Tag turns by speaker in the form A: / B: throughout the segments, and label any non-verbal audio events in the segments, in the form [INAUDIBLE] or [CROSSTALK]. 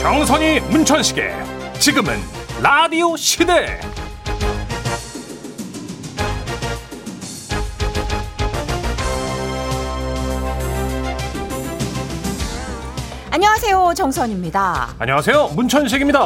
A: 정선이 문천식의 지금은 라디오 시대
B: 안녕하세요 정선입니다.
A: 안녕하세요 문천식입니다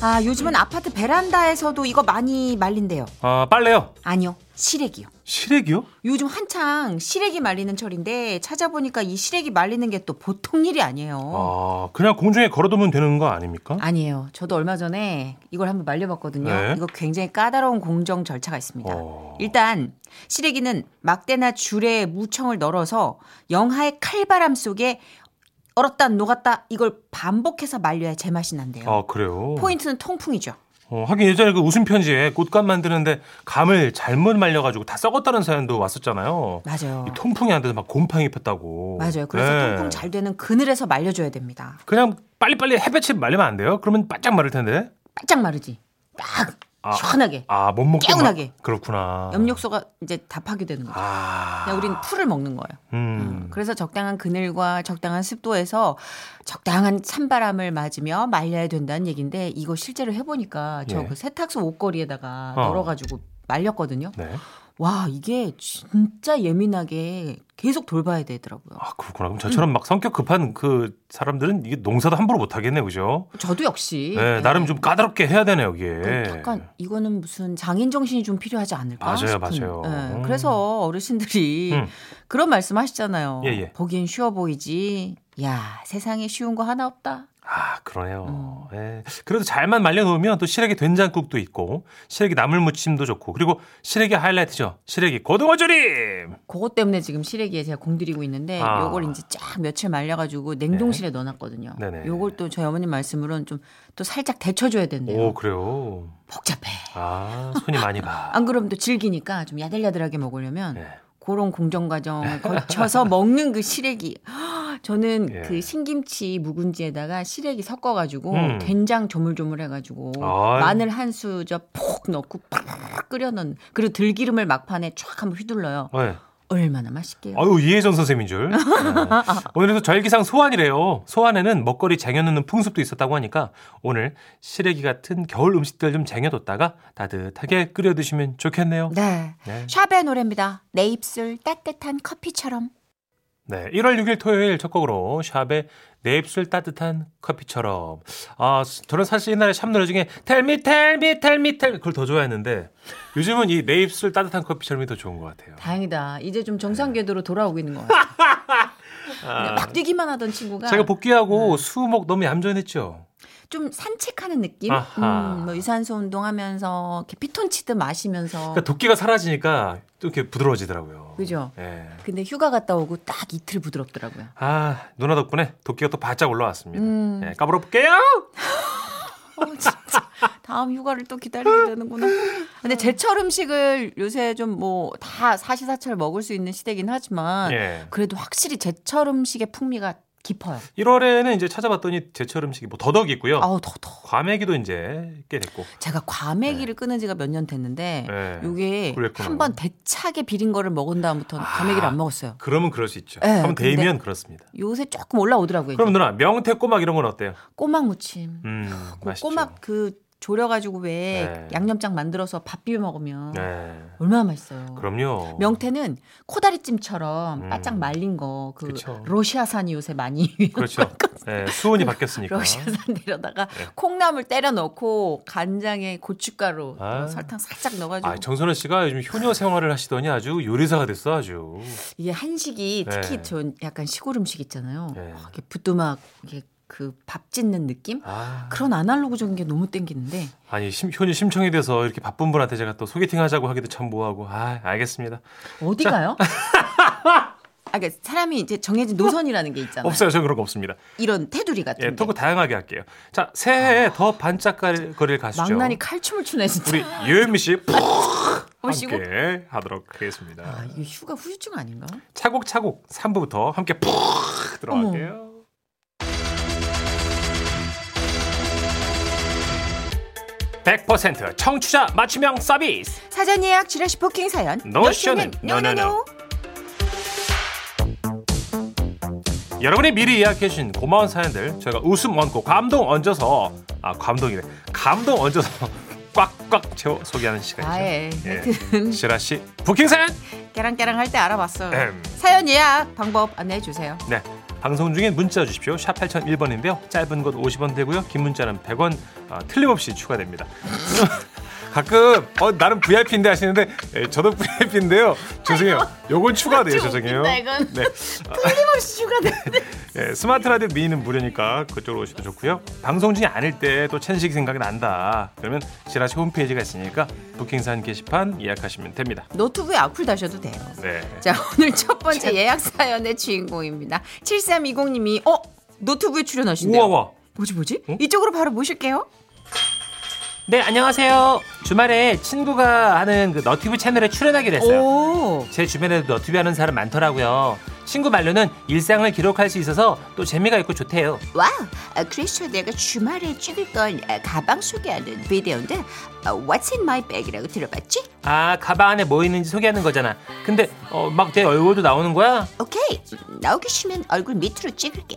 B: 아 요즘은 아파트 베란다에서도 이거 많이 말린대요.
A: 아 빨래요
B: 아니요 시래기요.
A: 시래기요?
B: 요즘 한창 시래기 말리는 철인데 찾아보니까 이 시래기 말리는 게 또 보통 일이 아니에요.
A: 아 그냥 공중에 걸어두면 되는 거 아닙니까?
B: 아니에요. 저도 얼마 전에 이걸 한번 말려봤거든요.
A: 네.
B: 이거 굉장히 까다로운 공정 절차가 있습니다.
A: 어.
B: 일단 시래기는 막대나 줄에 무청을 널어서 영하의 칼바람 속에 얼었다 녹았다 이걸 반복해서 말려야 제맛이 난대요.
A: 아 그래요?
B: 포인트는 통풍이죠.
A: 어, 하긴 예전에 그 웃음 편지에 꽃감 만드는데 감을 잘못 말려가지고 다 썩었다는 사연도 왔었잖아요
B: 맞아요.
A: 이 통풍이 안 돼서 막 곰팡이 폈다고
B: 맞아요. 그래서
A: 네.
B: 통풍 잘 되는 그늘에서 말려줘야 됩니다.
A: 그냥 빨리빨리 햇볕에 말리면 안 돼요? 그러면 바짝 마를 텐데
B: 바짝 마르지. 딱
A: 아.
B: 시원하게
A: 아 못 먹게
B: 깨운하게.
A: 막- 그렇구나
B: 염력소가 이제 다 파괴되는 거죠.
A: 아
B: 그냥 우린 풀을 먹는 거예요.
A: 음.
B: 그래서 적당한 그늘과 적당한 습도에서 적당한 찬바람을 맞으며 말려야 된다는 얘기인데 이거 실제로 해보니까 저
A: 예.
B: 그 세탁소 옷걸이에다가
A: 어.
B: 널어가지고 말렸거든요.
A: 네.
B: 와 이게 진짜 예민하게 계속 돌봐야 되더라고요.
A: 아 그렇구나. 그럼 저처럼 막 성격 급한 그 사람들은 이게 농사도 함부로 못 하겠네, 그죠?
B: 저도 역시
A: 네, 나름 좀 까다롭게 해야 되네요, 이게.
B: 약간 이거는 무슨 장인 정신이 좀 필요하지 않을까
A: 예. 맞아요,
B: 싶은.
A: 맞아요.
B: 예,
A: 음.
B: 그래서 어르신들이
A: 음.
B: 그런 말씀하시잖아요.
A: 예, 예.
B: 보기엔 쉬워 보이지. 야 세상에 쉬운 거 하나 없다.
A: 아 그러네요. 예. 그래도 잘만 말려놓으면 또 시래기 된장국도 있고 시래기 나물무침도 좋고 그리고 시래기 하이라이트죠. 시래기 고등어조림.
B: 그것 때문에 지금 시래기에 제가 공들이고 있는데
A: 아. 네.
B: 요걸 이제 쫙 며칠 말려가지고 냉동실에 넣어놨거든요.
A: 네네.
B: 요걸 또 저희 어머님 말씀으로는 좀 또 살짝 데쳐줘야 된대요.
A: 오 그래요.
B: 복잡해.
A: 아 손이 많이 가.
B: 안 그러면 또 질기니까 좀 야들야들하게 먹으려면
A: 네.
B: 그런 공정 과정을 [LAUGHS] 거쳐서 먹는 그 시래기. 저는
A: 예.
B: 그 신김치 묵은지에다가 시래기 섞어가지고
A: 음.
B: 된장 조물조물 해가지고
A: 아유.
B: 마늘 한 수저 폭 넣고 팍 끓여넣는 그리고 들기름을 막판에 촥 한번 휘둘러요.
A: 네.
B: 얼마나 맛있게요.
A: 아유 이해전 선생님인 줄. 네. 오늘은 또 절기상 소환이래요. 소환에는 먹거리 쟁여놓는 풍습도 있었다고 하니까 오늘 시래기 같은 겨울 음식들 좀 쟁여뒀다가 따뜻하게 끓여 드시면 좋겠네요.
B: 네.
A: 네.
B: 샵의 노래입니다. 내 입술 따뜻한 커피처럼.
A: 네, 1월 6일 토요일 첫 곡으로 샵의 내 입술 따뜻한 커피처럼. 아, 저는 사실 옛날에 샵 노래 중에 텔미 텔미 텔미 텔 그걸 더 좋아했는데 요즘은 이 내 입술 따뜻한 커피처럼이 더 좋은 것 같아요.
B: 다행이다. 이제 좀 정상 궤도로 돌아오고 있는 것
A: [LAUGHS]
B: 같아요. 그냥 막 뛰기만 하던 친구가
A: 제가 복귀하고 수목 너무 얌전했죠.
B: 좀 산책하는 느낌?
A: 아하.
B: 음, 뭐 유산소 운동하면서 이렇게 피톤치드 마시면서
A: 그러니까 도끼가 사라지니까 또 이렇게 부드러워지더라고요.
B: 그죠?
A: 예.
B: 근데 휴가 갔다 오고 딱 이틀 부드럽더라고요.
A: 아, 누나 덕분에 도끼가 또 바짝 올라왔습니다.
B: 음.
A: 예, 까불어 볼게요.
B: [LAUGHS] 어, 진짜 다음 휴가를 또 기다리게 되는구나.
A: 음.
B: 근데 제철 음식을 요새 좀 뭐 다 사시사철 먹을 수 있는 시대긴 하지만
A: 예.
B: 그래도 확실히 제철 음식의 풍미가 깊어요.
A: 1월에는 이제 찾아봤더니 제철 음식이 뭐 더덕이 있고요.
B: 아우 더더.
A: 과메기도 이제 꽤 됐고.
B: 제가 과메기를 끊은 지가 몇 년 됐는데
A: 예.
B: 네, 요게
A: 네. 그랬구나.
B: 한 번 대차게 비린 거를 먹은 다음부터는
A: 아.
B: 과메기를 안 먹었어요.
A: 그러면 그럴 수 있죠.
B: 예,
A: 한번
B: 근데-
A: 데이면 그렇습니다.
B: 요새 조금 올라오더라고요.
A: 그럼 누나 명태 꼬막 이런 건 어때요?
B: 꼬막 무침.
A: 음,
B: 그
A: 맛있죠.
B: 꼬막 그 졸여가지고 왜
A: 네.
B: 양념장 만들어서 밥 비벼 먹으면
A: 네.
B: 얼마나 맛있어요.
A: 그럼요.
B: 명태는 코다리찜처럼
A: 음.
B: 바짝 말린 거 그
A: 그쵸.
B: 러시아산이 요새 많이 [LAUGHS]
A: 그렇죠. 예, 수온이 바뀌었으니까.
B: 러시아산 데려다가
A: 네.
B: 콩나물 때려 넣고 간장에 고춧가루 뭐
A: 아.
B: 설탕 살짝 넣어가지고
A: 아, 정선우 씨가 요즘 효녀 생활을 하시더니 아주 요리사가 됐어 아주.
B: 이게 한식이 특히
A: 네.
B: 전 약간 시골 음식 있잖아요.
A: 네.
B: 아, 이게 부뚜막 이게 그 밥 짓는 느낌
A: 아,
B: 그런 아날로그적인 게 너무 땡기는데
A: 아니 심, 효녀 심청이 돼서 이렇게 바쁜 분한테 제가 또 소개팅 하자고 하기도 참 뭐하고. 아, 알겠습니다.
B: 네. 어디 가요? [LAUGHS] 아, 그러니까 사람이 이제 정해진 노선이라는 게 있잖아요.
A: 어? 없어요, 저 그런 거 없습니다.
B: 이런 테두리 같은
A: 예,
B: 데.
A: 토크 다양하게 할게요. 자, 새해에 더 반짝거릴 가시죠.
B: 아. 막나니 칼춤을 추네 진짜.
A: 우리 유현미 씨푹
B: 오시고.
A: 함께 하도록 하겠습니다.
B: 아, 이게 휴가 후유증 아닌가?
A: 차곡차곡 3부부터 함께 푹 들어갈게요. (100%) 청취자 맞춤형 서비스
B: 사전 예약 지라시 포킹 사연.
A: 노션은 노노노. 여러분이 미리 예약해주신 고마운 사연들 저희가 웃음 얹고 감동 얹어서 아 감동이래 감동 얹어서 [LAUGHS] 꽉꽉 채워 소개하는 시간이죠.
B: 아예.
A: 예.
B: 하여튼
A: 시라 씨 부킹 사연.
B: 깨랑깨랑 할 때 알아봤어요.
A: 음.
B: 사연 예약 방법 안내해 주세요.
A: 네. 방송 중에 문자 주십시오. 샵 8001번인데요. 짧은 것 50원 되고요. 긴 문자는 100원 아, 틀림없이 추가됩니다. [LAUGHS] 가끔 어, 나름 VIP인데 하시는데 에, 저도 [LAUGHS] VIP인데요. 죄송해요. 요건 추가돼요.
B: 좀
A: 죄송해요.
B: 웃긴다, 이건.
A: 네. [LAUGHS]
B: 틀림없이 추가돼.
A: 예, 스마트 라디오 미니는 무료니까 그쪽으로 오셔도 좋고요. 방송 중이 아닐 때 또 천식 생각이 난다. 그러면 지라시 홈페이지가 있으니까 부킹산 게시판 예약하시면 됩니다.
B: 노트북에 악플 다셔도 돼요.
A: 네.
B: 자 오늘 첫 번째 예약 사연의 주인공입니다. 7320님이 어 노트북에 출연하신대요.
A: 우와 어? 와.
B: 뭐지 뭐지?
A: 응?
B: 이쪽으로 바로 모실게요.
A: 네, 안녕하세요. 주말에 친구가 하는 그 너튜브 채널에 출연하기로 했어요.
B: 오.
A: 제 주변에도 너튜브 하는 사람 많더라고요. 친구 말로는 일상을 기록할 수 있어서 또 재미가 있고 좋대요.
B: 와우. 아, 그래서 내가 주말에 찍을 건 아, 가방 소개하는 비디오인데 아, What's in my bag이라고 들어봤지?
A: 아, 가방 안에 뭐 있는지 소개하는 거잖아. 근데 어, 막 내 얼굴도 나오는 거야?
B: 오케이. 음, 나오기 싫으면 얼굴 밑으로 찍을게.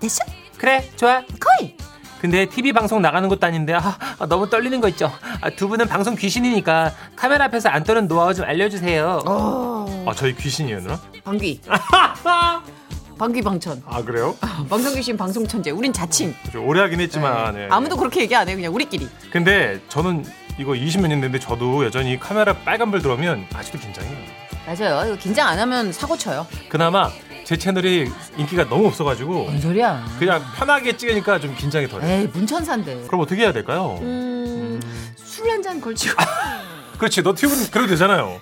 B: 됐어?
A: 그래, 좋아.
B: 거의.
A: 근데 TV 방송 나가는 것도 아닌데 아, 아, 너무 떨리는 거 있죠. 아, 두 분은 방송 귀신이니까 카메라 앞에서 안 떠는 노하우 좀 알려주세요. 아 저희 귀신이에요 누나?
B: 어, [LAUGHS] 방귀. 방귀 방천.
A: 아 그래요?
B: 방송귀신 방송 천재. 우린 자칭.
A: 오래 하긴 했지만 예.
B: 아무도 네. 그렇게 얘기 안 해. 그냥 우리끼리.
A: 근데 저는 이거 20몇 년 됐는데 저도 여전히 카메라 빨간불 들어오면 아직도 긴장해요.
B: 맞아요. 이거 긴장 안 하면 사고 쳐요.
A: 그나마 제 채널이 인기가 너무 없어가지고
B: 뭔 소리야?
A: 그냥 편하게 찍으니까 좀 긴장이 덜해요.
B: 에이 문천사인데.
A: 그럼 어떻게 해야 될까요?
B: 음, 술 한 잔 걸치고.
A: 그렇지 너튜브는 그래도 되잖아요.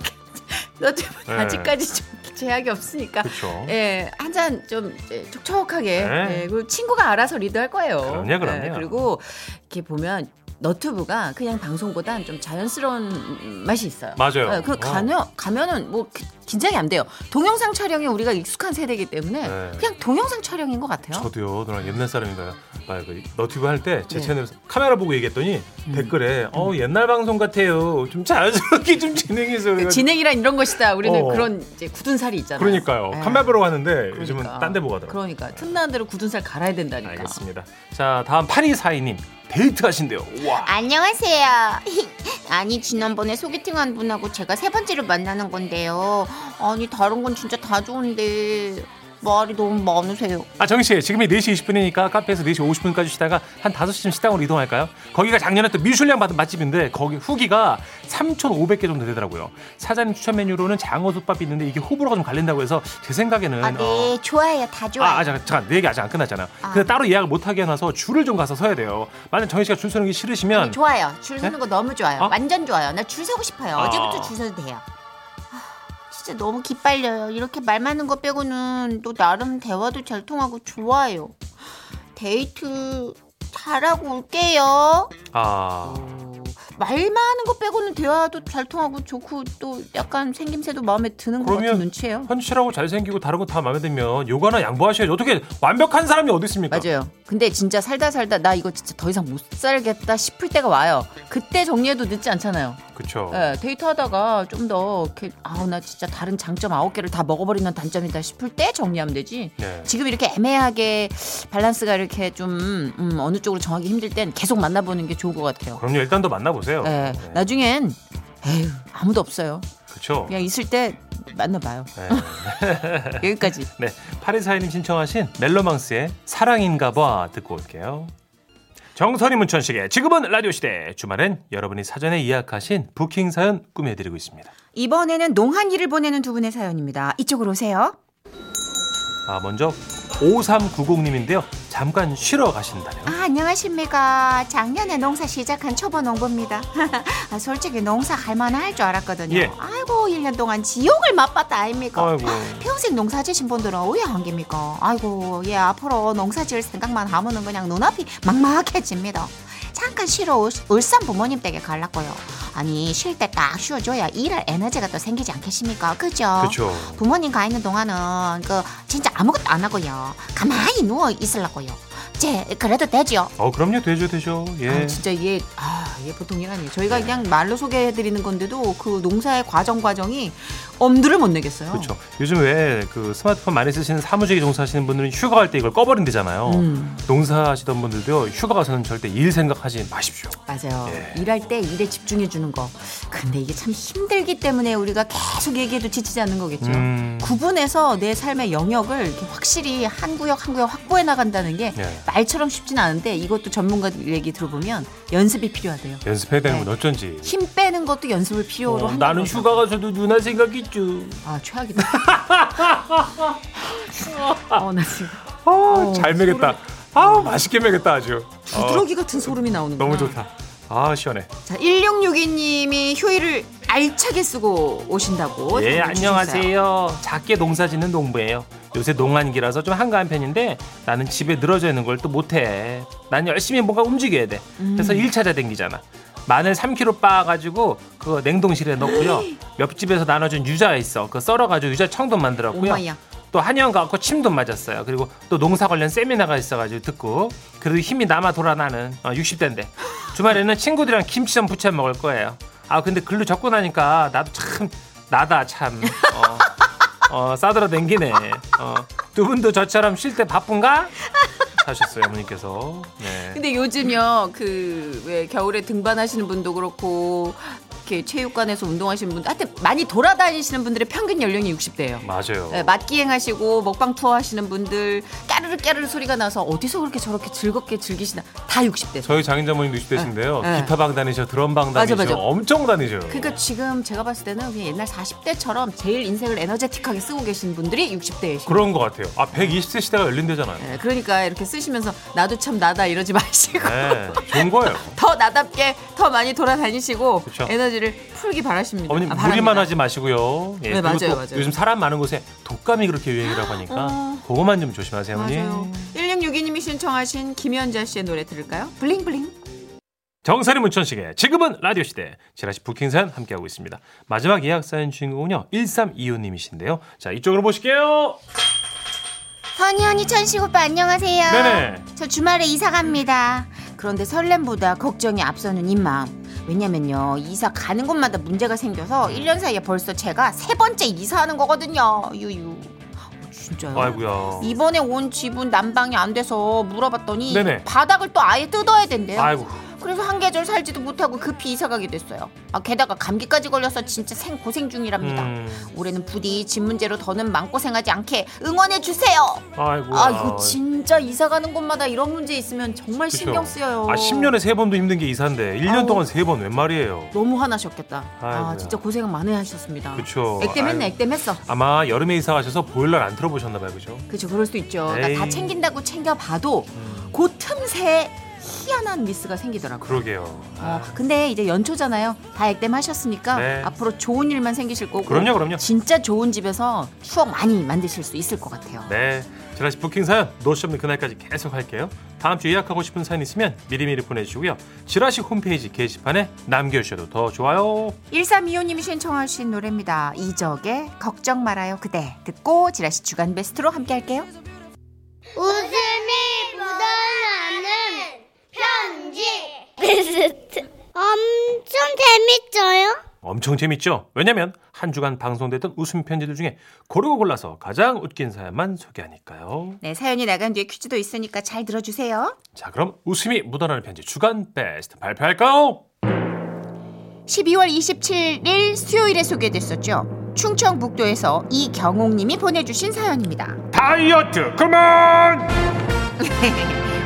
B: 너 지금
A: 네.
B: 아직까지 좀 제약이 없으니까.
A: 그렇죠.
B: 예, 한 잔 좀 촉촉하게.
A: 네.
B: 예, 그리고 친구가 알아서 리드할 거예요.
A: 그럼요, 그럼요.
B: 예, 그리고 이렇게 보면 너튜브가 그냥 방송보단 좀 자연스러운 맛이 있어요.
A: 맞아요.
B: 예, 그
A: 어.
B: 가면 가면은 뭐 기- 긴장이 안 돼요. 동영상 촬영이 우리가 익숙한 세대이기 때문에
A: 네.
B: 그냥 동영상 촬영인 것 같아요.
A: 저도요 누나 옛날 사람인가요? 막 그 너튜브 할 때 제
B: 어? 네. 음.
A: 채널에서 카메라 보고 얘기했더니 댓글에 어 옛날 방송 같아요. 좀 자연스럽게 좀 진행해서
B: 그
A: 그래가지고
B: 진행이란 이런 것이다. 우리는
A: 어.
B: 그런 이제 굳은 살이 있잖아요.
A: 그러니까요.
B: 예.
A: 카메라 보러 가는데 요즘은
B: 그러니까.
A: 딴 데 보고 하더라고요.
B: 그러니까 틈나는 대로 굳은 살 갈아야 된다니까.
A: 알겠습니다. 자 다음 8242님 데이트 하신대요. 와
C: 안녕하세요. [LAUGHS] 아니 지난번에 소개팅한 분하고 제가 세 번째로 만나는 건데요. 아니 다른 건 진짜 다 좋은데 말이 너무 많으세요.
A: 아 정씨 지금이 4시 20분이니까 카페에서 4시 50분까지 쉬다가 한 5시쯤 식당으로 이동할까요? 거기가 작년에 또 미슐랭 받은 맛집인데 거기 후기가 3,500개 정도 되더라고요. 사장님 추천 메뉴로는 장어솥밥이 있는데 이게 호불호가 좀 갈린다고 해서 제 생각에는
C: 아 네 좋아요 다
A: 어, 아,
C: 좋아요.
A: 아 잠깐, 잠깐 내 얘기 아직 안 끝났잖아요. 근데 따로 예약을 못 하게 해놔서 줄을 좀 가서 서야 돼요. 만약 정희 씨가 줄 서는 게 싫으시면
C: 좋아요. 줄 서는
A: 네?
C: 거 너무 좋아요.
A: 어?
C: 완전 좋아요. 나 줄 서고 싶어요.
A: 아.
C: 어제부터 줄 서도 돼요. 아, 진짜 너무 기빨려요. 이렇게 말 많은 거 빼고는 또 나름 대화도 잘 통하고 좋아요. 데이트 잘하고 올게요.
A: 아
C: 말만 하는 것 빼고는 대화도 잘 통하고 좋고 또 약간 생김새도 마음에 드는 것 같은
A: 그러면
C: 눈치예요.
A: 현실하고 잘생기고 다른 건 다 마음에 들면 요거 하나 양보하셔야지 어떻게 완벽한 사람이 어디 있습니까?
B: 맞아요. 근데 진짜 살다 살다 나 이거 진짜 더 이상 못 살겠다 싶을 때가 와요. 그때 정리해도 늦지 않잖아요.
A: 그쵸.
B: 예, 데이트하다가 좀 더 이렇게 아우 나 진짜 다른 장점 아홉 개를 다 먹어버리는 단점이다 싶을 때 정리하면 되지.
A: 네.
B: 지금 이렇게 애매하게 밸런스가 이렇게 좀 음, 어느 쪽으로 정하기 힘들 땐 계속 만나보는 게 좋을 것 같아요.
A: 그럼요 일단 더 만나보세요.
B: 예,
A: 네.
B: 나중엔 에휴 아무도 없어요.
A: 그쵸.
B: 그냥 있을 때 만나봐요.
A: 네.
B: [LAUGHS] 여기까지.
A: 네, 파리사이님 신청하신 멜로망스의 사랑인가봐 듣고 올게요. 정선이 문천식의 지금은 라디오 시대 주말엔 여러분이 사전에 예약하신 부킹 사연 꾸며드리고 있습니다.
B: 이번에는 농한일을 보내는 두 분의 사연입니다. 이쪽으로 오세요.
A: 아 먼저 5390님인데요. 잠깐 쉬러 가신다네요.
C: 아, 안녕하십니까. 작년에 농사 시작한 초보 농부입니다. [LAUGHS] 아, 솔직히 농사 할 만할 줄 알았거든요.
A: 예.
C: 아이고, 1년 동안 지옥을 맛봤다 아닙니까?
A: 아이고.
C: 평생 농사 지신 분들은 왜한 겁니까? 아이고, 예, 앞으로 농사 지을 생각만 하면은 그냥 눈앞이 막막해집니다. 잠깐 쉬러 울- 울산 부모님 댁에 갈라고요. 아니, 쉴 때 딱 쉬어줘야 일할 에너지가 또 생기지 않겠습니까? 그죠?
A: 그렇죠.
C: 부모님 가 있는 동안은 그 진짜 아무것도 안 하고요. 가만히 누워 있으려고요. 제 그래도 되죠.
A: 어 그럼요 되죠 되죠. 예. 네.
B: 아, 진짜 이게 아, 이게 보통 일 아니에요. 저희가 그냥 말로 소개해 드리는 건데도 그 농사의 과정 과정이 엄두를 못 내겠어요.
A: 그렇죠. 요즘 왜 그 스마트폰 많이 쓰시는 사무직에 종사하시는 분들은 휴가 갈 때 이걸 꺼버린대잖아요.
B: 음.
A: 농사하시던 분들도요. 휴가 가서는 절대 일 생각하지 마십시오.
C: 맞아요.
A: 예.
C: 일할 때 일에 집중해 주는 거. 근데 이게 참 힘들기 때문에 우리가 계속 얘기해도 지치지 않는 거겠죠.
A: 음.
B: 구분해서 내 삶의 영역을 이렇게 확실히 한 구역 한 구역 확보해 나간다는 게
A: 예.
B: 말처럼 쉽진 않은데 이것도 전문가 얘기 들어보면 연습이 필요하대요.
A: 연습해야 되는 건 어쩐지.
C: 힘 빼는 것도 연습을 필요로
A: 어,
C: 하는
A: 나는
C: 거죠.
A: 휴가 가서도 누나 생각 있죠.
C: 아
B: [LAUGHS]
C: 최악이다. 어나 지금
A: 아, 잘 먹겠다. 아 맛있게 먹겠다 아주. 어,
B: 부드러기 같은 소름이 나오는 거.
A: 너무 좋다. 아 시원해.
C: 자 1662님이 휴일을 알차게 쓰고
B: 뭐
C: 오신다고.
A: 예
C: 전해 주셨어요.
A: 안녕하세요. 작게 농사 짓는 농부예요. 요새 농한기라서 좀 한가한 편인데 나는 집에 늘어져 있는 걸 또 못해. 난 열심히 뭔가 움직여야 돼. 그래서
C: 음.
A: 일차자 댕기잖아. 마늘 3kg 빻아가지고 그거 냉동실에 넣고요.
C: 음.
A: 옆집에서 나눠준 유자가 있어. 그거 썰어가지고 유자 청도 만들었고요.
C: 오마이야.
A: 또 한의원 가고 침도 맞았어요. 그리고 또 농사 관련 세미나가 있어가지고 듣고 그래도 힘이 남아 돌아나는 60대인데 주말에는 친구들이랑 김치전 부쳐 먹을 거예요. 아 근데 글로 적고 나니까 나도 참 나다 참 어, 어, 싸들어 댕기네. 어, 두 분도 저처럼 쉴 때 바쁜가? 하셨어요 어머니께서. 네.
B: 근데 요즘요 그 왜 겨울에 등반하시는 분도 그렇고 이렇게 체육관에서 운동하시는 분들 하여튼 많이 돌아다니시는 분들의 평균 연령이 60대예요.
A: 맞아요.
B: 네, 맛기행하시고 먹방 투어 하시는 분들 까르르 까르르 소리가 나서 어디서 그렇게 저렇게 즐겁게 즐기시나 다 60대.
A: 저희 장인자모님도 20대신데요.
B: 네.
A: 기타 방 다니셔, 드럼 방 다니셔,
B: 맞아, 맞아.
A: 엄청 다니셔요.
B: 그러니까 지금 제가 봤을 때는 그냥 옛날 40대처럼 제일 인생을 에너제틱하게 쓰고 계신 분들이 60대이신
A: 그런 것 같아요. 아 120세 시대가 열린대잖아요.
B: 예, 그러니까 이렇게 쓰시면서 나도 참 나다 이러지 [LAUGHS] 마시고
A: 네, 좋은 거예요.
B: 더 나답게 더 많이 돌아다니시고
A: 그쵸.
B: 에너지를 풀기 바라십니다.
A: 어머님
B: 아, 바랍니다.
A: 무리만 하지 마시고요. 예,
B: 네,
A: 그리고 또
B: 맞아요, 맞아요.
A: 요즘 사람 많은 곳에 독감이 그렇게 유행이라고 하니까 그거만 좀 조심하세요, 어머님.
B: 맞아요. 1662님이 신청하신 김연자 씨의 노래 들을까요? 블링블링.
A: 정선이 문천식의 지금은 라디오 시대 지라시 부킹산 함께하고 있습니다. 마지막 예약 사연 주인공은요 1325님이신데요. 자 이쪽으로 보실게요.
C: 선희 언니 천식 오빠 안녕하세요.
A: 네네.
C: 저 주말에 이사 갑니다. 그런데 설렘보다 걱정이 앞서는 이 마음. 왜냐면요 이사 가는 곳마다 문제가 생겨서 1년 사이에 벌써 제가 세 번째 이사하는 거거든요. 유유. 어, 진짜요?
A: 아이고야.
C: 이번에 온 집은 난방이 안 돼서 물어봤더니
A: 네네.
C: 바닥을 또 아예 뜯어야 된대요.
A: 아이고.
C: 그래서 한 계절 살지도 못하고 급히 이사 가게 됐어요. 아, 게다가 감기까지 걸려서 진짜 생 고생 중이랍니다.
A: 음,
C: 올해는 부디 집 문제로 더는 맘고생하지 않게 응원해 주세요.
A: 아이고.
B: 아 이거 진짜 이사 가는 곳마다 이런 문제 있으면 정말 신경 쓰여요.
A: 아 10년에 세 번도 힘든 게 이사인데 1년
B: 아우.
A: 동안 세 번 웬 말이에요.
B: 너무 화나셨겠다. 아
A: 아이고야.
B: 진짜 고생 많이 하셨습니다.
A: 그쵸.
B: 액땜했네,
A: 아이고.
B: 액땜했어.
A: 아마 여름에 이사 가셔서 보일러 안 틀어보셨나 봐요, 그죠?
B: 그쵸, 그럴 수도 있죠.
A: 에이.
B: 그러니까 다 챙긴다고 챙겨봐도
A: 음,
B: 그 틈새에 희한한 미스가 생기더라고요.
A: 그러게요.
B: 어,
A: 아,
B: 근데 이제 연초잖아요. 다 액땜하셨으니까
A: 네.
B: 앞으로 좋은 일만 생기실 거고.
A: 그럼요, 그럼요.
B: 진짜 좋은 집에서 추억 많이 만드실 수 있을 것 같아요.
A: 네. 지라시 부킹 사연 노쇼는 그날까지 계속 할게요. 다음 주 예약하고 싶은 사연 있으면 미리미리 보내주시고요. 지라시 홈페이지 게시판에 남겨주셔도 더 좋아요.
C: 1325님이 신청하신 노래입니다. 이적의 걱정 말아요 그대 듣고 지라시 주간 베스트로 함께 할게요.
D: 웃음이 묻어나는 편지. 베스트. 엄청 재밌어요?
A: 엄청 재밌죠? 왜냐면 한 주간 방송됐던 웃음 편지들 중에 고르고 골라서 가장 웃긴 사연만 소개하니까요.
C: 네 사연이 나간 뒤에 퀴즈도 있으니까 잘 들어주세요.
A: 자, 그럼 웃음이 묻어나는 편지 주간 베스트 발표할까요?
C: 12월 27일 수요일에 소개됐었죠. 충청북도에서 이경옥님이 보내주신 사연입니다.
A: 다이어트 그만!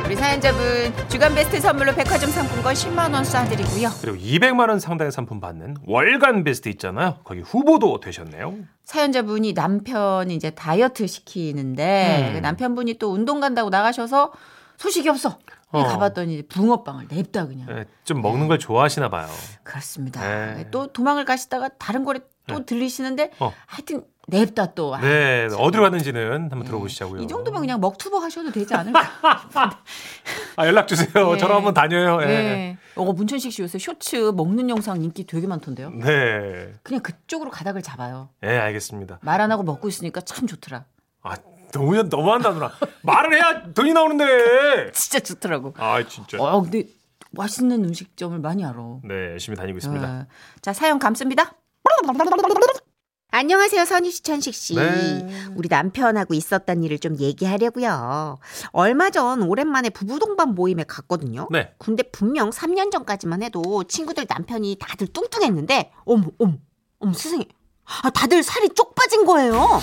C: 우리 사연자분 주간 베스트 선물로 백화점 상품권 10만 원 쏴드리고요.
A: 그리고 200만 원 상당의 상품 받는 월간 베스트 있잖아요. 거기 후보도 되셨네요.
B: 사연자분이 남편이 이제 다이어트 시키는데
A: 음.
B: 그 남편분이 또 운동 간다고 나가셔서 소식이 없어.
A: 어.
B: 가봤더니 붕어빵을 냅다 그냥.
A: 예, 좀 먹는 걸 좋아하시나 봐요.
B: 그렇습니다.
A: 네.
B: 또 도망을 가시다가 다른 거래 또 들리시는데
A: 어.
B: 하여튼 냅다 또. 아,
A: 네, 어디로 갔는지는 한번 들어보시자고요.
B: 이 정도면 그냥 먹투버 하셔도
A: [LAUGHS]
B: 되지 않을까?
A: 아 연락 주세요.
B: 예.
A: 저랑 한번 다녀요. 예.
B: 네. 어, 문천식 씨 요새 쇼츠 먹는 영상 인기 되게 많던데요.
A: 네.
B: 그냥 그쪽으로 가닥을 잡아요.
A: 예, 알겠습니다.
B: 말 안 하고 먹고 있으니까 참 좋더라. [LAUGHS]
A: 아 너무 너무한다 누나. 말을 해야 돈이 나오는데.
B: 진짜 좋더라고.
A: 아 진짜.
B: 어, 근데 맛있는 음식점을 많이 알아.
A: 네, 열심히 다니고 있습니다.
B: 네. 자, 사연 감습니다. 안녕하세요, 선희 씨, 천식 씨.
A: 네.
B: 우리 남편하고 있었던 일을 좀 얘기하려고요. 얼마 전 오랜만에 부부 동반 모임에 갔거든요.
A: 네.
B: 근데 분명 3년 전까지만 해도 친구들 남편이 다들 뚱뚱했는데, 어머, 어머, 어머, 세상에. 아, 다들 살이 쪽 빠진 거예요.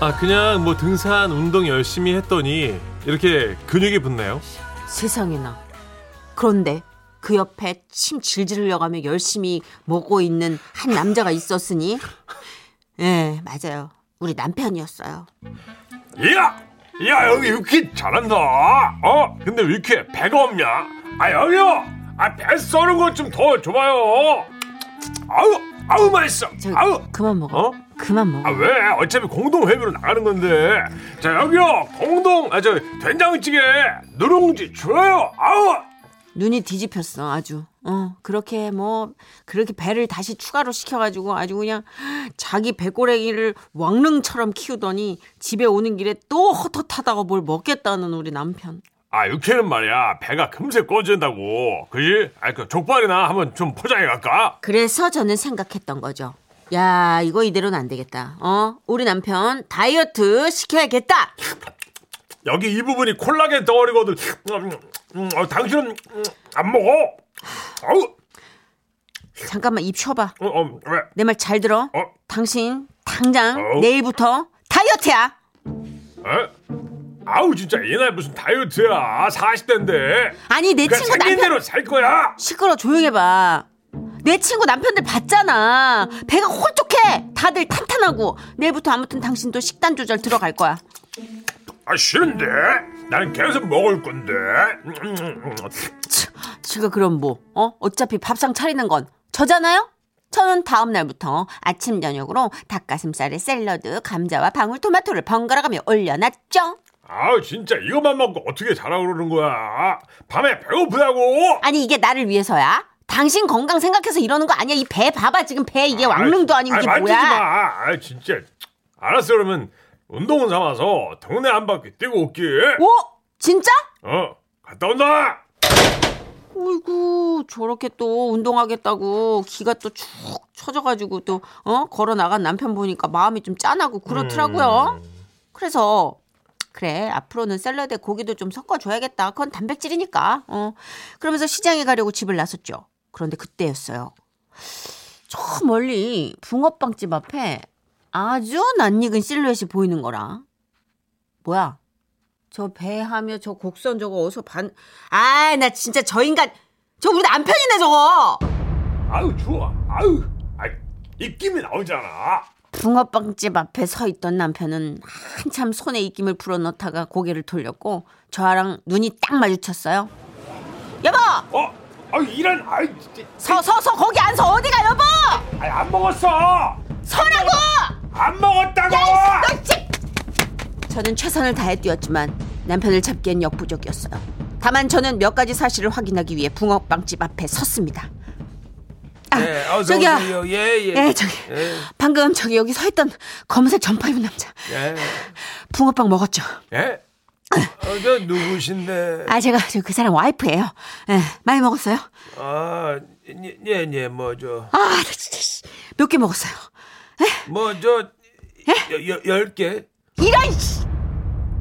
A: 아 그냥 뭐 등산 운동 열심히 했더니 이렇게 근육이 붙네요.
B: 세상에나. 그런데 그 옆에 침 질질 흘려가며 열심히 먹고 있는 한 남자가 있었으니, 예, 맞아요. 우리 남편이었어요.
A: 야, 야 여기 이렇게 잘한다. 어, 근데 왜 이렇게 배가 없냐? 아 여기요. 아배 써는 것 좀 더 줘봐요. 아우, 아우 맛있어.
B: 저
A: 아우.
B: 그만 먹어.
A: 어?
B: 그만 먹어.
A: 아 왜? 어차피 공동 회비로 나가는 건데. 자 여기요. 공동 아 저 된장찌개 누룽지 줘요. 아우.
B: 눈이 뒤집혔어 아주 어 그렇게 뭐 그렇게 배를 다시 추가로 시켜가지고 아주 그냥 자기 배고래기를 왕릉처럼 키우더니 집에 오는 길에 또 헛헛하다가 뭘 먹겠다는 우리 남편
A: 아 육회는 말이야 배가 금세 꺼진다고. 그지? 아그 족발이나 한번 좀 포장해 갈까?
B: 그래서 저는 생각했던 거죠 야 이거 이대로는 안 되겠다 어 우리 남편 다이어트 시켜야겠다
A: 여기 이 부분이 콜라겐 덩어리거든. 음, 음, 어, 당신은 음, 안 먹어. 어우,
B: 잠깐만 입 쉬어봐
A: 어, 어, 왜?
B: 내 말 잘 들어
A: 어?
B: 당신 당장
A: 어?
B: 내일부터 다이어트야
A: 에? 아우 진짜 이날 무슨 다이어트야. 40대인데.
B: 아니 내
A: 그냥 그러니까
B: 친구
A: 생긴
B: 남편
A: 대로 살 거야.
B: 시끄러 조용해봐. 내 친구 남편들 봤잖아. 배가 홀쭉해. 다들 탄탄하고. 내일부터 아무튼 당신도 식단 조절 들어갈 거야.
A: 아 싫은데. 나는 계속 먹을 건데. 음, 음, 음.
B: 지가 그럼 뭐? 어? 어차피 밥상 차리는 건 저잖아요. 저는 다음 날부터 아침 저녁으로 닭가슴살에 샐러드, 감자와 방울토마토를 번갈아가며 올려놨죠.
A: 아우 진짜 이것만 먹고 어떻게 자라 그러는 거야. 밤에 배고프다고.
B: 아니 이게 나를 위해서야? 당신 건강 생각해서 이러는 거 아니야? 이 배 봐봐 지금 배 이게 왕릉도 아니고 이게
A: 아,
B: 뭐야?
A: 만지지 마. 아 진짜. 알았어 그러면 운동은 삼아서 동네 한 바퀴 뛰고 올게.
B: 오 진짜?
A: 어, 갔다 온다.
B: 어이구 저렇게 또 운동하겠다고 기가 또 축 처져가지고 또 어? 걸어 나간 남편 보니까 마음이 좀 짠하고 그렇더라고요. 그래서 그래 앞으로는 샐러드에 고기도 좀 섞어줘야겠다. 그건 단백질이니까. 어. 그러면서 시장에 가려고 집을 나섰죠. 그런데 그때였어요. 저 멀리 붕어빵집 앞에 아주 낯익은 실루엣이 보이는 거라. 뭐야? 저 배하며 저 곡선 저거 어디서 반 아, 나 진짜 저 인간 저 우리 남편이네 저거.
A: 아우 추워. 아우. 아, 입김이 나오잖아.
B: 붕어빵집 앞에 서 있던 남편은 한참 손에 입김을 불어넣다가 고개를 돌렸고 저랑 눈이 딱 마주쳤어요. 여보,
A: 어? 아 이런 아이 진짜.
B: 서 서 서 거기 안 서 어디가 여보?
A: 아이, 안 먹었어.
B: 서라고!
A: 안 먹었다고.
B: 야, 이 씨, 너 씨! 저는 최선을 다해 뛰었지만 남편을 잡기엔 역부족이었어요. 다만 저는 몇 가지 사실을 확인하기 위해 붕어빵집 앞에 섰습니다. 아, 저기요.
A: 예, 예예.
B: 예, 저기. 방금 저기 여기 서 있던 검은색 점퍼 입은 남자.
A: 예.
B: 붕어빵 먹었죠.
A: 예? 어, 저 누구신데?
B: 아, 제가 저 그 사람 와이프예요. 예, 많이 먹었어요.
A: 아, 예, 예, 예, 뭐, 저,
B: 아, 나 진짜 몇 개 먹었어요.
A: 뭐, 저,
B: 예?
A: 여- 여- 열 개?
B: 이런 씨.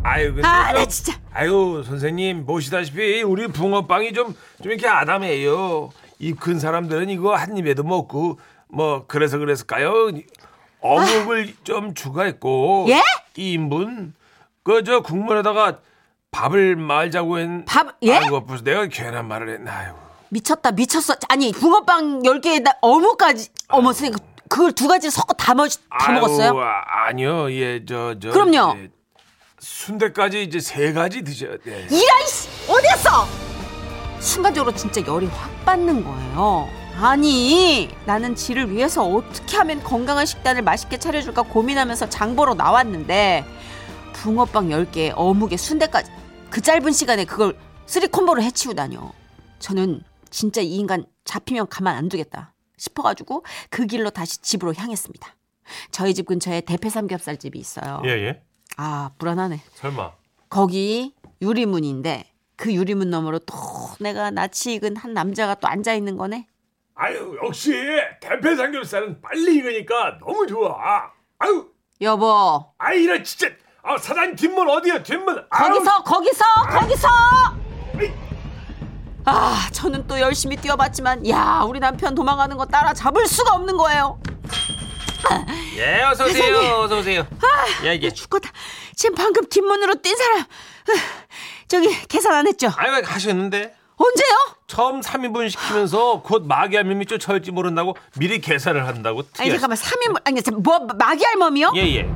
A: 아유, 근데
B: 아,
A: 저-
B: 나 진짜.
A: 아유, 선생님, 보시다시피, 우리 붕어빵이 좀, 좀 이렇게 아담해요. 이 큰 사람들은 이거 한 입에도 먹고, 뭐, 그래서 그랬을까요? 어묵을 좀 추가했고,
B: 아. 예?
A: 2인분? 그, 저, 국물에다가 밥을 말자고 했
B: 밥- 예?
A: 아이고, 벌써 내가 괜한 말을 했나, 아유.
B: 미쳤다. 미쳤어. 아니, 붕어빵 10개에다 어묵까지. 어머, 선생님 그- 그걸 두 가지를 섞어 다, 먹, 다
A: 아유,
B: 먹었어요?
A: 아, 아니요, 예, 저, 저.
B: 그럼요.
A: 순대까지 이제 세 가지 드셔야 돼.
B: 이런 씨. 어디였어? 순간적으로 진짜 열이 확 받는 거예요. 아니, 나는 지를 위해서 어떻게 하면 건강한 식단을 맛있게 차려줄까 고민하면서 장보러 나왔는데 붕어빵 10개에 어묵에 순대까지 그 짧은 시간에 그걸 쓰리 콤보로 해치우다뇨. 저는 진짜 이 인간 잡히면 가만 안 두겠다 싶어가지고 그 길로 다시 집으로 향했습니다. 저희 집 근처에 대패 삼겹살집이 있어요.
A: 예, 예.
B: 아, 불안하네.
A: 설마.
B: 거기 유리문인데 그 유리문 너머로 또 내가 낯이 익은 한 남자가 또 앉아 있는 거네.
E: 아유 역시 대패 삼겹살은 빨리 익으니까 너무 좋아. 아유
B: 여보
E: 아이런 진짜 아 사장님 뒷문 어디야 뒷문 아유,
B: 거기서 거기서 거기서 아 저는 또 열심히 뛰어봤지만 야 우리 남편 도망가는 거 따라 잡을 수가 없는 거예요
A: 예, 어서 오세요. 어서 오세요.
B: 아.
A: 야, 이게
B: 죽겠다 지금 방금 뒷문으로 뛴 사람 저기 계산 안 했죠
A: 아유, 하셨는데.
B: 언제요
A: 처음 3인분 시키면서 곧 마귀 알몸이 쫓아올지 모른다고 미리 계산을 한다고
B: 아니
A: 특이하시
B: 잠깐만 3인분 아니 잠뭐 마귀 할멈이요
A: 예, 예.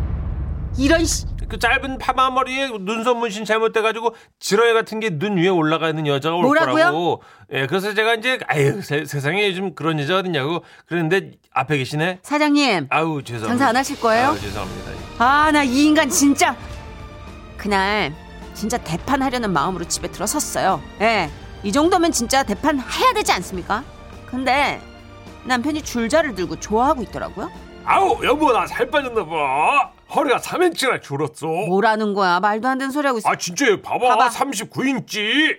B: 이런 씨
A: 그 짧은 파마 머리에 눈썹 문신 잘못돼가지고 지렁이 같은 게 눈 위에 올라가 있는 여자가 올
B: 뭐라고요?
A: 거라고. 예, 그래서 제가 이제 아유 세, 상에 요즘 그런 여자 어딨냐고 그랬는데 앞에 계시네.
B: 사장님
A: 아우 죄송합니다.
B: 장사 안 하실 거예요?
A: 아우, 죄송합니다.
B: 아 나 이 인간 진짜 그날 진짜 대판하려는 마음으로 집에 들어섰어요. 예. 이 정도면 진짜 대판 해야 되지 않습니까? 근데 남편이 줄자를 들고 좋아하고 있더라고요.
E: 아우 여보 나 살 빠졌나 봐. 허리가 3인치나 줄었어.
B: 뭐라는 거야? 말도 안 되는 소리 하고 있어.
E: 아 진짜 얘 봐봐,
B: 봐봐.
E: 39인치.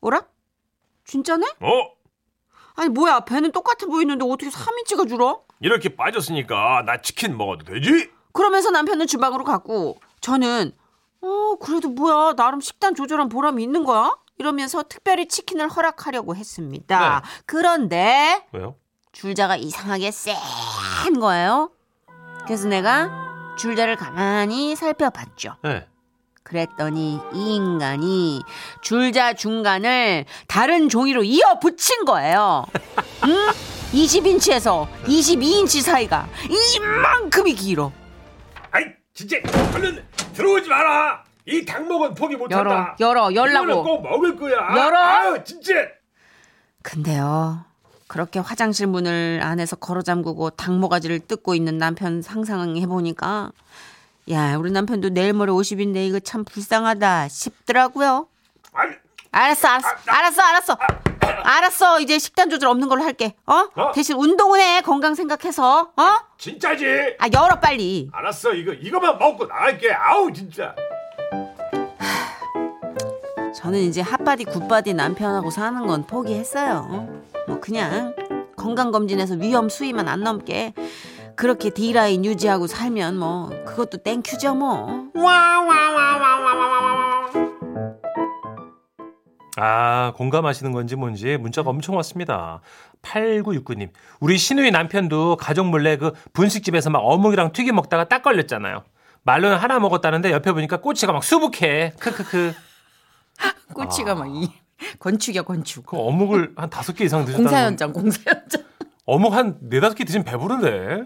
B: 뭐라? 진짜네?
E: 어
B: 아니 뭐야 배는 똑같아 보이는데 어떻게 3인치가 줄어?
E: 이렇게 빠졌으니까 나 치킨 먹어도 되지?
B: 그러면서 남편은 주방으로 갔고 저는 어 그래도 뭐야 나름 식단 조절한 보람이 있는 거야? 이러면서 특별히 치킨을 허락하려고 했습니다. 그런데
A: 왜요?
B: 줄자가 이상하게 센 거예요. 그래서 내가 줄자를 가만히 살펴봤죠.
A: 네.
B: 그랬더니 이 인간이 줄자 중간을 다른 종이로 이어 붙인 거예요. 응? 20인치에서 22인치 사이가 이만큼이 길어.
E: 아이 진짜 얼른 들어오지 마라. 이 닭목은 포기 못한다.
B: 열어, 열어, 열라고.
E: 이거는 꼭 먹을 거야.
B: 열어.
E: 아유 진짜.
B: 근데요. 그렇게 화장실 문을 안에서 걸어 잠그고 닭모가지를 뜯고 있는 남편 상상해 보니까 야, 우리 남편도 내일 모레 50인데 이거 참 불쌍하다 싶더라고요.
E: 아니
B: 알았어, 알았어, 알았어, 알았어.
A: 아,
B: 알았어. 이제 식단 조절 없는 걸로 할게. 어?
E: 어?
B: 대신 운동은 해. 건강 생각해서. 어? 아,
E: 진짜지.
B: 열어 빨리.
E: 알았어 이거 이거만 먹고 나갈게. 아우 진짜.
B: 저는 이제 핫바디 굿바디 남편하고 사는 건 포기했어요. 어? 뭐 그냥 건강 검진에서 위험 수위만 안 넘게 그렇게 D라인 유지하고 살면 뭐 그것도 땡큐죠 뭐. [LAUGHS]
A: 아, 공감하시는 건지 뭔지 문자가 엄청 왔습니다. 8969님. 우리 신우이 남편도 가족 몰래 그 분식집에서 막 어묵이랑 튀김 먹다가 딱 걸렸잖아요. 말로는 하나 먹었다는데 옆에 보니까 꼬치가 막 수북해. 크크크.
B: 꼬치가 막 이 [LAUGHS] 건축이야 건축.
A: 그 어묵을 한 다섯 개 이상 드셨다는
B: 공사
A: 건
B: 현장 공사 현장.
A: 어묵 한 네다섯 개 드시면 배부른데.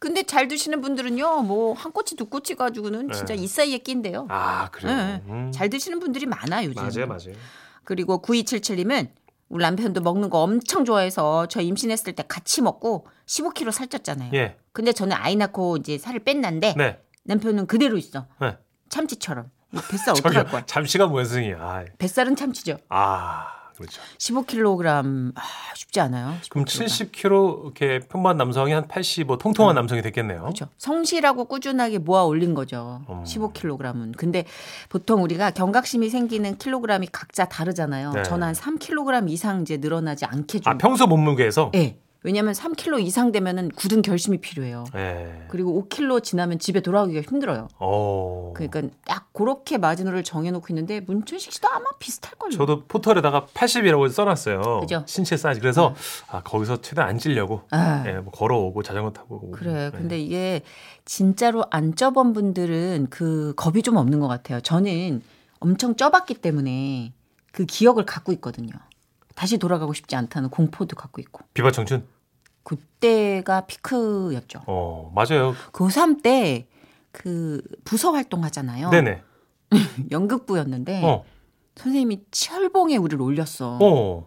B: 근데 잘 드시는 분들은요, 뭐 한 꼬치 두 꼬치 가지고는 진짜 이 사이에 낀대요.
A: 아, 그래요.
B: 네.
A: 음.
B: 잘 드시는 분들이 많아요, 요즘.
A: 맞아요, 맞아요.
B: 그리고 9277님은 우리 남편도 먹는 거 엄청 좋아해서 저 임신했을 때 같이 먹고 15kg 살쪘잖아요.
A: 예.
B: 근데 저는 아이 낳고 이제 살을 뺐는데
A: 네.
B: 남편은 그대로 있어.
A: 네.
B: 참치처럼. 이
A: [LAUGHS]
B: 뱃살
A: 저기요.
B: 어떡할 거야?
A: 잠시간 원숭이. 아,
B: 뱃살은 참치죠.
A: 아, 그렇죠.
B: 15kg 아, 쉽지 않아요.
A: 그럼
B: 15kg.
A: 70kg 이렇게 평범한 남성이 한 85, 통통한 남성이 됐겠네요.
B: 그렇죠. 성실하고 꾸준하게 모아 올린 거죠.
A: 어.
B: 15kg은. 근데 보통 우리가 경각심이 생기는 킬로그램이 각자 다르잖아요.
A: 네.
B: 저는 한 3kg 이상 이제 늘어나지 않게 좀.
A: 아, 평소 몸무게에서?
B: 예. 왜냐면 3kg 이상 되면은 굳은 결심이 필요해요.
A: 예.
B: 그리고 5kg 지나면 집에 돌아오기가 힘들어요.
A: 어.
B: 그러니까 딱 그렇게 마지노를 정해놓고 있는데 문천식 씨도 아마 비슷할 걸요.
A: 저도 포털에다가 80이라고 써놨어요.
B: 그죠? 음.
A: 신체 사이즈. 그래서 아, 거기서 최대한 안 찔려고
B: 아.
A: 예, 뭐 걸어오고 자전거 타고. 오고.
B: 그래.
A: 예.
B: 근데 이게 진짜로 안 쪄본 분들은 그 겁이 좀 없는 것 같아요. 저는 엄청 쪄봤기 때문에 그 기억을 갖고 있거든요. 다시 돌아가고 싶지 않다는 공포도 갖고 있고.
A: 비바 청춘.
B: 그때가 피크였죠.
A: 어, 맞아요.
B: 고3 때 그 부서 활동 하잖아요.
A: 네네.
B: 연극부였는데
A: 어.
B: 선생님이 철봉에 우리를 올렸어.
A: 어.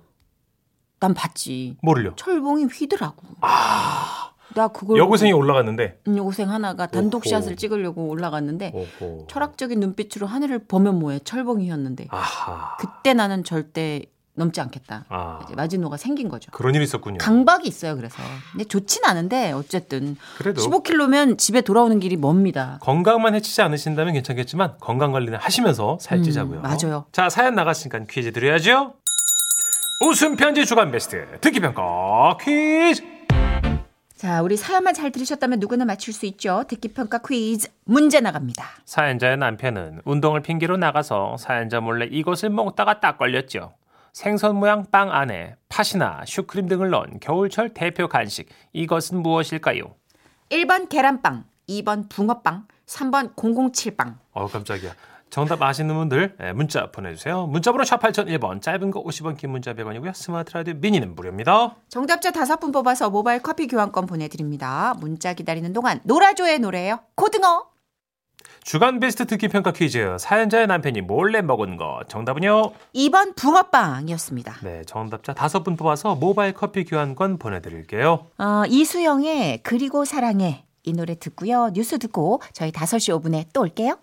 B: 난 봤지.
A: 모를요.
B: 철봉이 휘더라고. 나 그걸
A: 아. 여고생이 올라갔는데.
B: 여고생 하나가 단독
A: 오호.
B: 샷을 찍으려고 올라갔는데
A: 오호.
B: 예. 철학적인 눈빛으로 하늘을 보면 뭐해 철봉이었는데
A: 아하.
B: 그때 나는 절대 넘지 않겠다.
A: 아.
B: 이제 마지노가 생긴 거죠.
A: 그런 일이 있었군요.
B: 강박이 있어요. 그래서 근데 좋진 않은데 어쨌든
A: 그래도
B: 15km면 집에 돌아오는 길이 멉니다.
A: 건강만 해치지 않으신다면 괜찮겠지만 건강 관리는 하시면서 살찌자고요.
B: 음, 맞아요.
A: 자 사연 나갔으니까 퀴즈 드려야죠. 웃음 편지 주간 베스트 듣기 평가 퀴즈.
B: 자, 우리 사연만 잘 들으셨다면 누구나 맞출 수 있죠. 듣기 평가 퀴즈 문제 나갑니다.
A: 사연자의 남편은 운동을 핑계로 나가서 사연자 몰래 이것을 먹다가 딱 걸렸죠. 생선 모양 빵 안에 팥이나 슈크림 등을 넣은 겨울철 대표 간식 이것은 무엇일까요?
B: 1번 계란빵, 2번 붕어빵, 3번 007빵.
A: 어 깜짝이야. 정답 아시는 분들 예, 문자 보내주세요. 문자번호 샵 8001번 짧은 거 50원 긴 문자 100원이고요. 스마트 라디오 미니는 무료입니다.
B: 정답자 5분 뽑아서 모바일 커피 교환권 보내드립니다. 문자 기다리는 동안 노라조의 노래예요. 고등어.
A: 주간 베스트 듣기 평가 퀴즈 사연자의 남편이 몰래 먹은 거 정답은요.
B: 2번 붕어빵이었습니다.
A: 네 정답자 5분 뽑아서 모바일 커피 교환권 보내드릴게요.
B: 어, 이수영의 그리고 사랑해 이 노래 듣고요. 뉴스 듣고 저희 5시 5분에 또 올게요.